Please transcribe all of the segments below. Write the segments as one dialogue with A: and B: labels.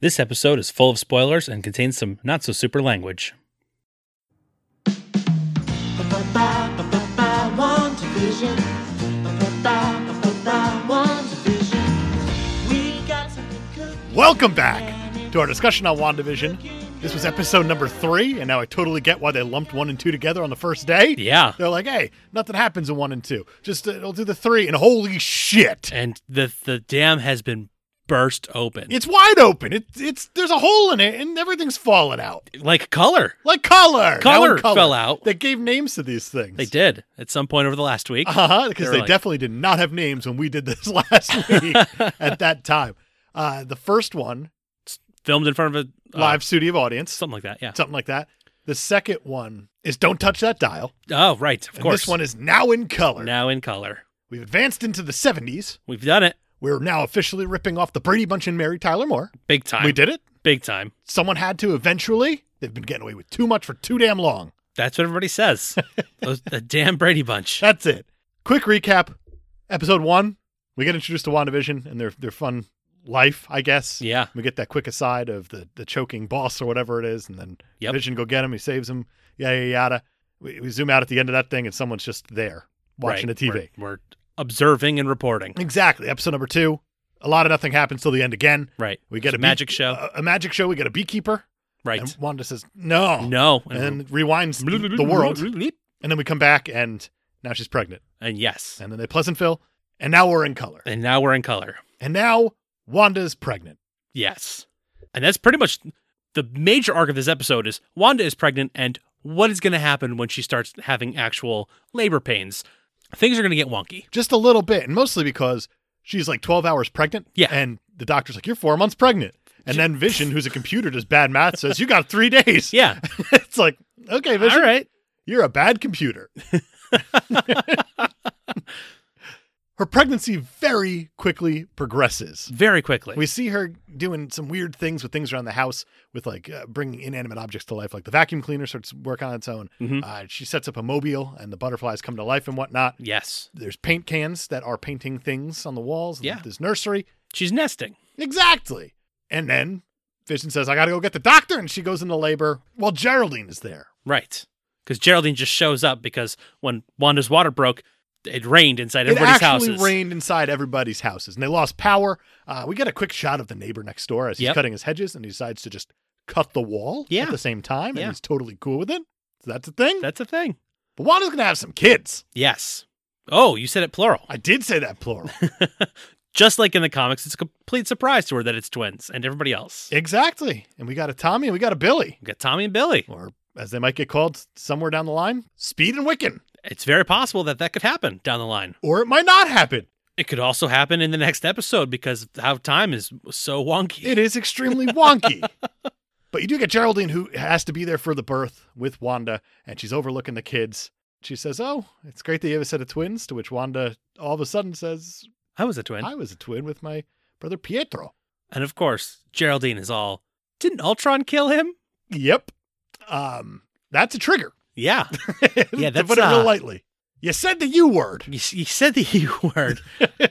A: This episode is full of spoilers and contains some not so super language.
B: Welcome back to our discussion on WandaVision. This was episode number three, and now I totally get why they lumped one and two together on the first day.
A: Yeah.
B: They're like, hey, nothing happens in one and two. Just uh, it'll do the three, and holy shit.
A: And the the dam has been burst open.
B: It's wide open. It, it's There's a hole in it, and everything's falling out.
A: like color.
B: Like color.
A: Color
B: Now in
A: fell out.
B: They gave names to these things.
A: They did at some point over the last week.
B: Uh huh. Because
A: were
B: they
A: like-
B: definitely did not have names when we did this last week at that time. Uh, the first one,
A: Filmed in front of a uh,
B: live studio audience,
A: something like that. Yeah.
B: something like that. The second one is don't touch that dial.
A: Oh, right. Of
B: And
A: course.
B: this one is now in color.
A: now in color.
B: We've advanced into the 70s.
A: We've done it
B: We're now officially ripping off the Brady Bunch and Mary Tyler Moore.
A: big time.
B: We did it.
A: big time.
B: Someone had to eventually. They've been getting away with too much for too damn long.
A: That's what everybody says. Those, the damn Brady bunch.
B: That's it. Quick recap. Episode one, we get introduced to WandaVision and their their fun life, I guess.
A: Yeah.
B: We get that quick aside of the the choking boss or whatever it is, and then
A: Yep.
B: Vision go get him, he saves him, yada yada yada. We, we zoom out at the end of that thing and someone's just there watching
A: Right.
B: the TV.
A: We're- we're observing and reporting.
B: Exactly. Episode number two. A lot of nothing happens till the end again.
A: Right.
B: We get
A: It's
B: a uh,
A: a magic
B: bee-
A: show.
B: A, a magic show. We get a beekeeper. And
A: Right.
B: Wanda says no,
A: no.
B: and rewinds the world. And then we come back, and now she's pregnant.
A: And yes.
B: And then they Pleasantville, and now we're in color.
A: And now we're in color.
B: And now Wanda's pregnant.
A: Yes. And that's pretty much the major arc of this episode is Wanda is pregnant and what is going to happen when she starts having actual labor pains? Things are going to get wonky.
B: Just a little bit, and mostly because she's like twelve hours pregnant.
A: Yeah.
B: And the doctor's like, "You're four months pregnant." And then Vision, who's a computer, does bad math, says, "You got three days."
A: Yeah.
B: it's like, okay, Vision,
A: All right.
B: You're a bad computer. her pregnancy very quickly progresses.
A: Very quickly.
B: We see her doing some weird things with things around the house, with like uh, bringing inanimate objects to life, like the vacuum cleaner starts to work on its own.
A: Mhm.
B: Uh, she sets up a mobile, and the butterflies come to life and whatnot.
A: yes.
B: There's paint cans that are painting things on the walls. of
A: Yeah.
B: This nursery.
A: She's nesting.
B: Exactly. And then Vision says, I got to go get the doctor. And she goes into labor while Geraldine is there.
A: Right. Because Geraldine just shows up because when Wanda's water broke, it rained inside everybody's
B: it actually
A: houses.
B: rained inside everybody's houses, and they lost power. Uh, we get a quick shot of the neighbor next door as he's
A: Yep.
B: cutting his hedges, and he decides to just cut the wall
A: Yeah.
B: at the same time,
A: Yeah.
B: and he's totally cool with it. So that's a thing.
A: That's a thing.
B: but Wanda's gonna have some kids.
A: Yes. Oh, you said it plural.
B: I did say that plural.
A: Just like in the comics, it's a complete surprise to her that it's twins and everybody else.
B: exactly. And we got a Tommy, and we got a Billy,
A: We've got Tommy and Billy.
B: or as they might get called somewhere down the line, Speed and Wiccan.
A: It's very possible that that could happen down the line.
B: Or it might not happen.
A: It could also happen in the next episode because how time is so wonky.
B: It is extremely wonky. but you do get Geraldine, who has to be there for the birth with Wanda, and she's overlooking the kids. She says, Oh, it's great that you have a set of twins. To which Wanda all of a sudden says,
A: I was a twin.
B: I was a twin with my brother Pietro.
A: and of course, Geraldine is all, didn't Ultron kill him?
B: Yep. Um, that's a trigger.
A: Yeah. Yeah,
B: to
A: that's,
B: put it real
A: uh,
B: lightly. You said the U word.
A: You, you said the U word.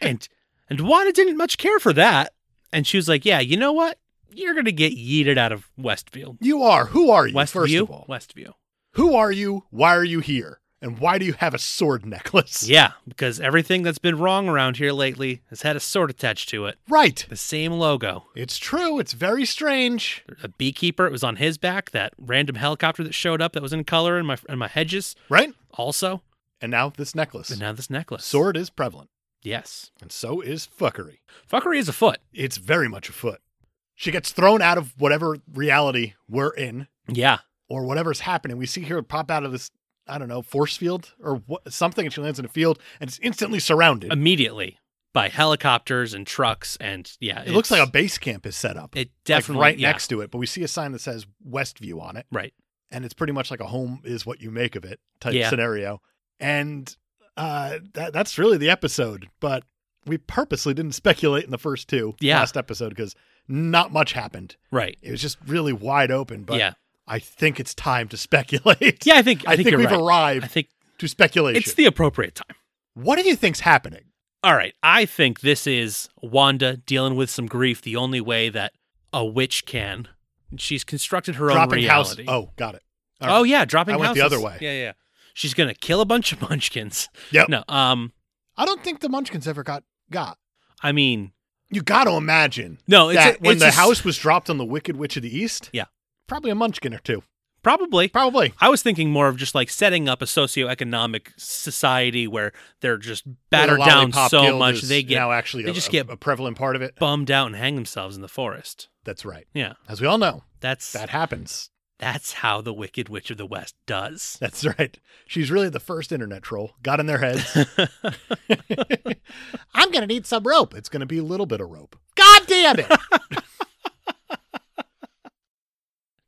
A: and and Wanda didn't much care for that. And she was like, yeah, you know what? You're going to get yeeted out of Westview.
B: You are. Who are you,
A: Westview?
B: first of all?
A: Westview.
B: Who are you? Why are you here? And why do you have a sword necklace?
A: Yeah, because everything that's been wrong around here lately has had a sword attached to it.
B: Right.
A: The same logo.
B: It's true. It's very strange.
A: a beekeeper. It was on his back. That random helicopter that showed up that was in color in my in my hedges.
B: Right?
A: Also,
B: And now this necklace.
A: and now this necklace.
B: Sword is prevalent,
A: Yes.
B: and so is fuckery.
A: Fuckery is afoot.
B: It's very much afoot. She gets thrown out of whatever reality we're in
A: Yeah.
B: or whatever's happening. We see her pop out of this, I don't know, force field or what, something, and she lands in a field and it's instantly surrounded.
A: Immediately by helicopters and trucks and yeah.
B: it looks like a base camp is set up.
A: It
B: like,
A: definitely
B: right
A: yeah,
B: next to it, but we see a sign that says Westview on it.
A: Right.
B: And it's pretty much like a home is what you make of it type
A: Yeah.
B: scenario. And uh, that, that's really the episode. But we purposely didn't speculate in the first two
A: Yeah.
B: last episode because not much happened.
A: Right.
B: It was just really wide open, but
A: yeah.
B: I think it's time to speculate.
A: Yeah. I think I,
B: I, think,
A: you're
B: we've
A: right. I
B: arrived
A: think
B: to speculation.
A: it's the appropriate time.
B: what do you think's happening?
A: All right. I think this is Wanda dealing with some grief the only way that a witch can. She's constructed her own
B: Dropping house.
A: reality.
B: Oh, got it. All
A: Oh
B: right.
A: yeah, dropping.
B: I went the
A: houses.
B: other way.
A: Yeah, yeah. She's gonna kill a bunch of munchkins.
B: Yep.
A: No. Um.
B: I don't think the Munchkins ever got got.
A: I mean,
B: You got to imagine
A: no. It's
B: that
A: a-
B: when
A: it's
B: the
A: a s-
B: house was dropped on the Wicked Witch of the East.
A: Yeah.
B: Probably a Munchkin or two.
A: probably.
B: Probably.
A: I was thinking more of just like setting up a socioeconomic society where they're just
B: Where
A: battered
B: the
A: down
B: Lollipop
A: so
B: Guild
A: much
B: is
A: they get
B: now actually
A: they
B: a,
A: just
B: a-
A: get-
B: a prevalent part of it.
A: bummed out and hang themselves in the forest.
B: That's right.
A: Yeah,
B: As we all know,
A: that's
B: that happens.
A: that's how the Wicked Witch of the West does.
B: That's right. She's really the first internet troll. Got in their heads. I'm going to need some rope. It's going to be a little bit of rope. God damn it.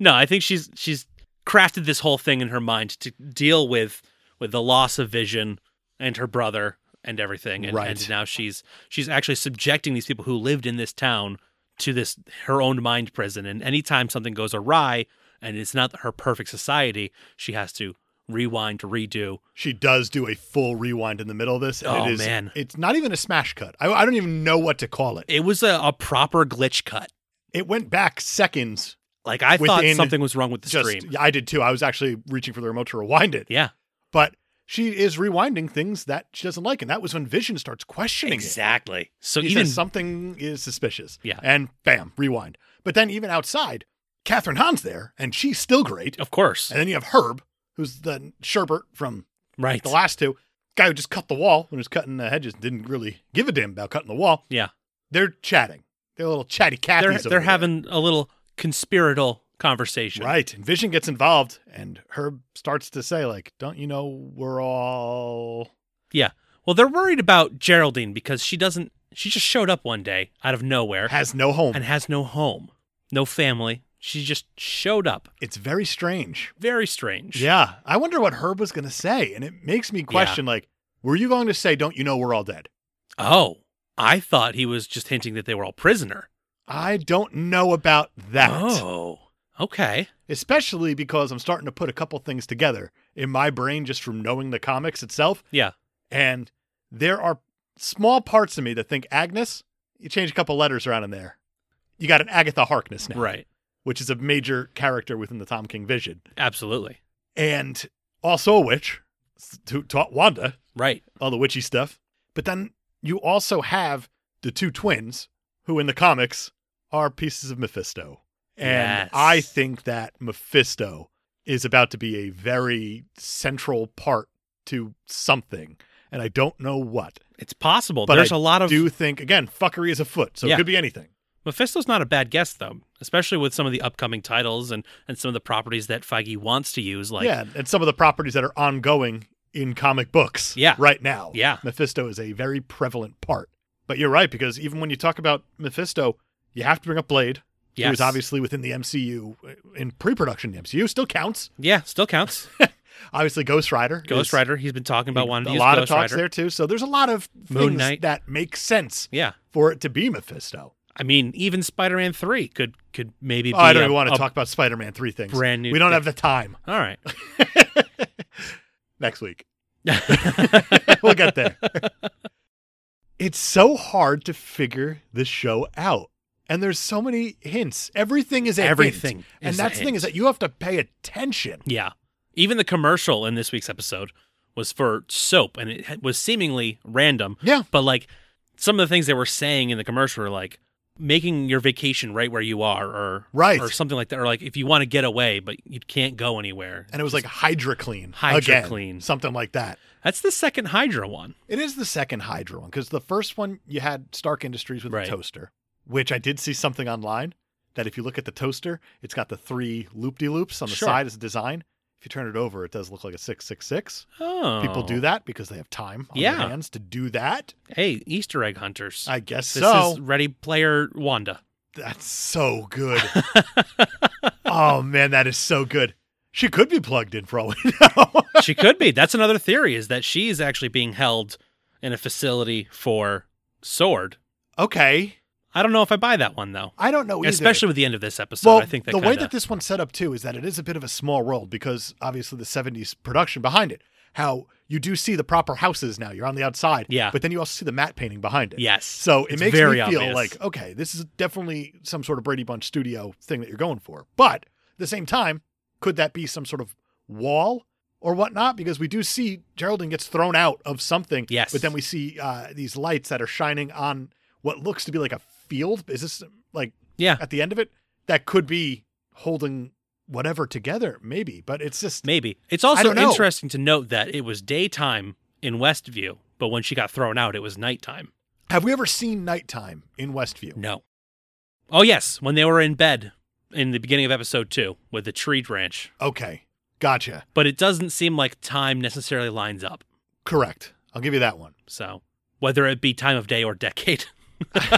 A: No, I think she's she's crafted this whole thing in her mind to deal with with the loss of vision and her brother and everything. And,
B: Right.
A: and now she's she's actually subjecting these people who lived in this town to this her own mind prison. And anytime something goes awry and it's not her perfect society, she has to rewind, redo.
B: she does do a full rewind in the middle of this. And
A: Oh,
B: it is,
A: man.
B: It's not even a smash cut. I, I don't even know what to call it.
A: It was a, a proper glitch cut.
B: It went back seconds.
A: Like I
B: Within
A: thought something was wrong with the
B: Just,
A: stream.
B: yeah, I did too. I was actually reaching for the remote to rewind it.
A: Yeah.
B: But she is rewinding things that she doesn't like. And that was when Vision starts questioning it.
A: Exactly. So
B: He
A: even
B: says something is suspicious.
A: Yeah.
B: And bam, rewind. But then even outside, Catherine Hahn's there, and she's still great.
A: of course.
B: And then you have Herb, who's the Sherbert from
A: Right.
B: the last two, guy who just cut the wall when he was cutting the hedges, didn't really give a damn about cutting the wall.
A: Yeah.
B: They're chatting. They're little chatty Cathy's.
A: they're
B: over
A: they're
B: there.
A: having a little conspiratorial conversation.
B: right. And Vision gets involved, and Herb starts to say, like, "Don't you know we're all
A: Well, they're worried about Geraldine because she doesn't. She just showed up one day out of nowhere
B: has no home?"
A: and has no home, no family. She just showed up.
B: it's very strange.
A: Very strange.
B: Yeah. I wonder what Herb was going to say. And it makes me question like, were you going to say, don't you know we're all dead?
A: Oh, I thought he was just hinting that they were all prisoner.
B: I don't know about that.
A: Oh. Okay.
B: Especially because I'm starting to put a couple things together in my brain just from knowing the comics itself.
A: Yeah.
B: And there are small parts of me that think Agnes, you change a couple letters around in there. You got an Agatha Harkness now,
A: Right.
B: which is a major character within the Tom King vision.
A: Absolutely.
B: And also a witch who taught Wanda
A: Right.
B: all the witchy stuff. But then you also have the two twins who in the comics are pieces of Mephisto. And
A: Yes.
B: I think that Mephisto is about to be a very central part to something. And I don't know what.
A: It's possible.
B: But
A: There's
B: I
A: a lot of
B: Do you think again, fuckery is afoot, so
A: Yeah.
B: it could be anything.
A: Mephisto's not a bad guess though, especially with some of the upcoming titles and and some of the properties that Feige wants to use. Like
B: yeah, and some of the properties that are ongoing in comic books
A: Yeah.
B: right now.
A: Yeah.
B: Mephisto is a very prevalent part. But you're right, because even when you talk about Mephisto, you have to bring up Blade. He
A: Yes.
B: was obviously within the MCU uh, in pre-production. The MCU still counts.
A: yeah, still counts.
B: Obviously, Ghost Rider.
A: Ghost
B: is-
A: Rider. He's been talking about wanting to
B: A
A: use
B: lot
A: Ghost
B: of talks
A: Rider.
B: there too. So there's a lot of
A: Moon
B: things
A: Knight.
B: that make sense
A: Yeah,
B: for it to be Mephisto.
A: I mean, even Spider-Man Three could could maybe.
B: Oh,
A: be
B: I don't
A: a-
B: even want to
A: a-
B: talk about Spider-Man three things.
A: brand new
B: We don't
A: thing.
B: have the time
A: All right.
B: next week. we'll get there. it's so hard to figure the show out. And there's so many hints. Everything is a hint.
A: Everything
B: And
A: is a
B: that's the thing
A: hint.
B: is that you have to pay attention.
A: yeah, even the commercial in this week's episode was for soap, and it ha- was seemingly random.
B: Yeah.
A: But like some of the things they were saying in the commercial were like making your vacation right where you are, or
B: Right.
A: or something like that, or like if you want to get away but you can't go anywhere.
B: And it was like Hydra Clean.
A: Hydra
B: again,
A: Clean.
B: Something like that.
A: that's the second Hydra one.
B: It is the second Hydra one because the first one you had Stark Industries with
A: Right.
B: the toaster, which I did see something online that if you look at the toaster, it's got the three loop de loops on the
A: Sure.
B: side as a design. If you turn it over, it does look like a 666.
A: Oh,
B: People do that because they have time on
A: Yeah.
B: their hands to do that.
A: Hey, Easter egg hunters.
B: I guess
A: this
B: so.
A: is Ready Player Wanda.
B: That's so good. oh man, that is so good. She could be plugged in for all we know.
A: she could be. That's another theory is that she is actually being held in a facility for Sword.
B: okay,
A: I don't know if I buy that one though,
B: I don't know either.
A: especially with the end of this episode.
B: well,
A: I think that
B: the
A: kinda,
B: way that this one's set up too is that it is a bit of a small world because obviously the '70s production behind it how you do see the proper houses now. You're on the outside.
A: Yeah.
B: But then you also see the matte painting behind it.
A: Yes.
B: So it
A: It's
B: makes
A: very
B: me feel
A: obvious.
B: like, okay, this is definitely some sort of Brady Bunch studio thing that you're going for. But at the same time, could that be some sort of wall or whatnot? Because we do see Geraldine gets thrown out of something.
A: Yes.
B: But then we see uh, these lights that are shining on what looks to be like a field. Is this like
A: Yeah.
B: at the end of it? That could be holding whatever together, maybe. But it's just
A: Maybe. It's
B: I
A: also
B: don't know.
A: interesting to note that it was daytime in Westview, but when she got thrown out, it was nighttime.
B: Have we ever seen nighttime in Westview?
A: No. Oh, yes. When they were in bed in the beginning of episode two with the tree branch.
B: Okay. Gotcha.
A: But it doesn't seem like time necessarily lines up.
B: Correct. I'll give you that one.
A: So whether it be time of day or decade.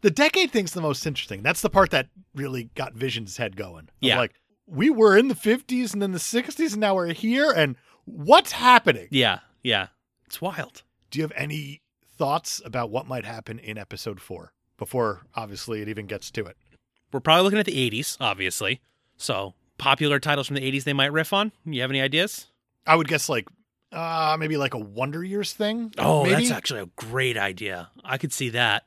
B: The decade thing's the most interesting. That's the part that really got Vision's head going. Of
A: Yeah.
B: Like, we were in the 50s and then the 60s, and now we're here, and what's happening?
A: yeah. Yeah. It's wild.
B: Do you have any thoughts about what might happen in episode four before, obviously, it even gets to it?
A: We're probably looking at the 80s, obviously. So popular titles from the 80s they might riff on. You have any ideas?
B: I would guess, like, uh, maybe like a Wonder Years thing.
A: Oh,
B: maybe?
A: that's actually a great idea. I could see that.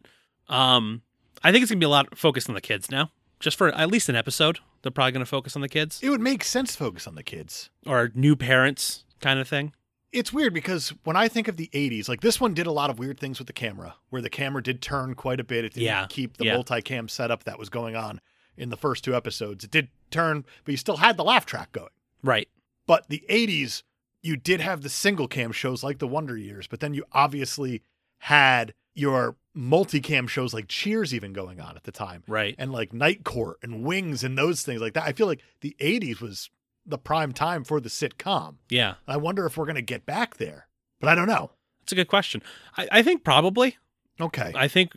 A: Um, I think it's gonna be a lot focused on the kids now, just for at least an episode. They're probably gonna focus on the kids
B: It would make sense to focus on the kids.
A: or new parents kind of thing.
B: it's weird because when I think of the 80s, like this one did a lot of weird things with the camera, where the camera did turn quite a bit. It didn't
A: Yeah,
B: keep the
A: yeah.
B: multicam setup that was going on in the first two episodes. It did turn, but you still had the laugh track going.
A: Right.
B: But the 80s, you did have the single cam shows like the Wonder Years, but then you obviously had your multicam shows like Cheers even going on at the time,
A: Right.
B: and like Night Court and Wings and those things like that. I feel like the 80s was the prime time for the sitcom.
A: Yeah.
B: I wonder if we're going to get back there, but I don't know.
A: That's a good question. I, I think probably.
B: Okay.
A: I think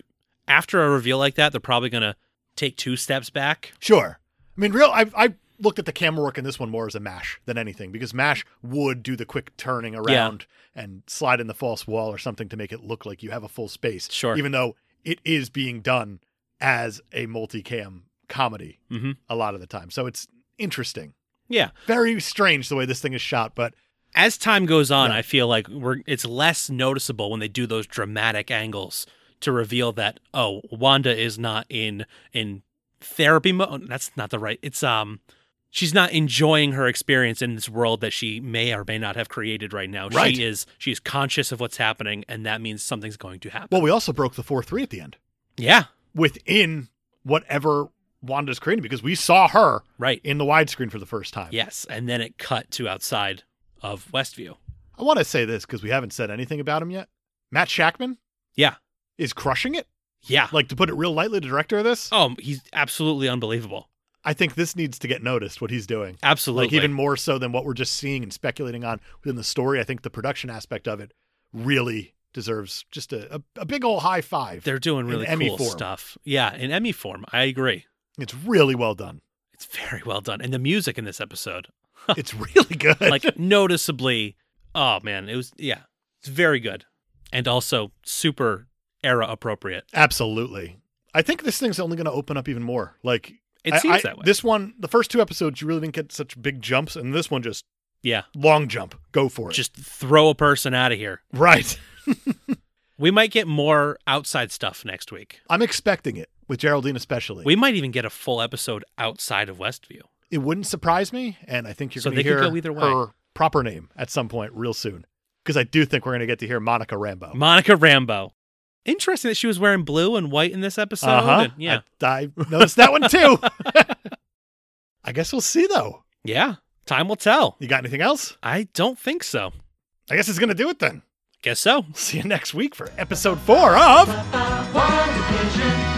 A: after a reveal like that, they're probably gonna take two steps back.
B: Sure. I mean, real, I, I looked at the camera work in this one more as a mash than anything because mash would do the quick turning around and slide in the false wall or something to make it look like you have a full space.
A: Sure.
B: Even though it is being done as a multicam comedy
A: Mhm.
B: a lot of the time. So it's interesting.
A: Yeah.
B: Very strange the way this thing is shot, but
A: As time goes on,
B: Yeah.
A: I feel like we're it's less noticeable when they do those dramatic angles to reveal that oh, Wanda is not in in therapy mode. That's not the right. It's um she's not enjoying her experience in this world that she may or may not have created right now.
B: Right.
A: She is she is conscious of what's happening and that means something's going to happen.
B: well, we also broke the 4 3 at the end
A: yeah,
B: within whatever Wanda's creating because we saw her
A: right.
B: in the widescreen for the first time.
A: Yes, and then it cut to outside of Westview.
B: I want to say this because we haven't said anything about him yet. Matt Shackman
A: Yeah.
B: is crushing it.
A: Yeah.
B: Like to put it real lightly, the director of this,
A: Oh, he's absolutely unbelievable.
B: I think this needs to get noticed what he's doing.
A: Absolutely.
B: Like even more so than what we're just seeing and speculating on within the story. I think the production aspect of it really deserves just a, a, a big old high five.
A: They're doing
B: In
A: really
B: Emmy
A: cool
B: form.
A: stuff. Yeah, in Emmy form. I agree.
B: It's really well done.
A: It's very well done. And the music in this episode,
B: it's really good.
A: like noticeably, oh man, it was, yeah, it's very good. And also super era appropriate.
B: Absolutely. I think this thing's only going to open up even more. Like
A: It
B: I-
A: seems
B: I-
A: that way.
B: This one, the first two episodes, you really didn't get such big jumps, and this one just
A: yeah.
B: long jump. Go for it.
A: Just throw a person out of here.
B: right.
A: We might get more outside stuff next week.
B: I'm expecting it with Geraldine, especially.
A: We might even get a full episode outside of Westview.
B: it wouldn't surprise me, and I think you're
A: So
B: going
A: they
B: to
A: could
B: hear
A: go either way.
B: her proper name at some point real soon, because I do think we're going to get to hear Monica Rambo.
A: Monica Rambo. Interesting that she was wearing blue and white in this episode. and- yeah.
B: Uh-huh. I, I noticed that one too. I guess we'll see though.
A: yeah. Time will tell.
B: You got anything else?
A: I don't think so.
B: I guess it's going to do it then.
A: Guess so.
B: See you next week for episode four of.
C: WandaVision.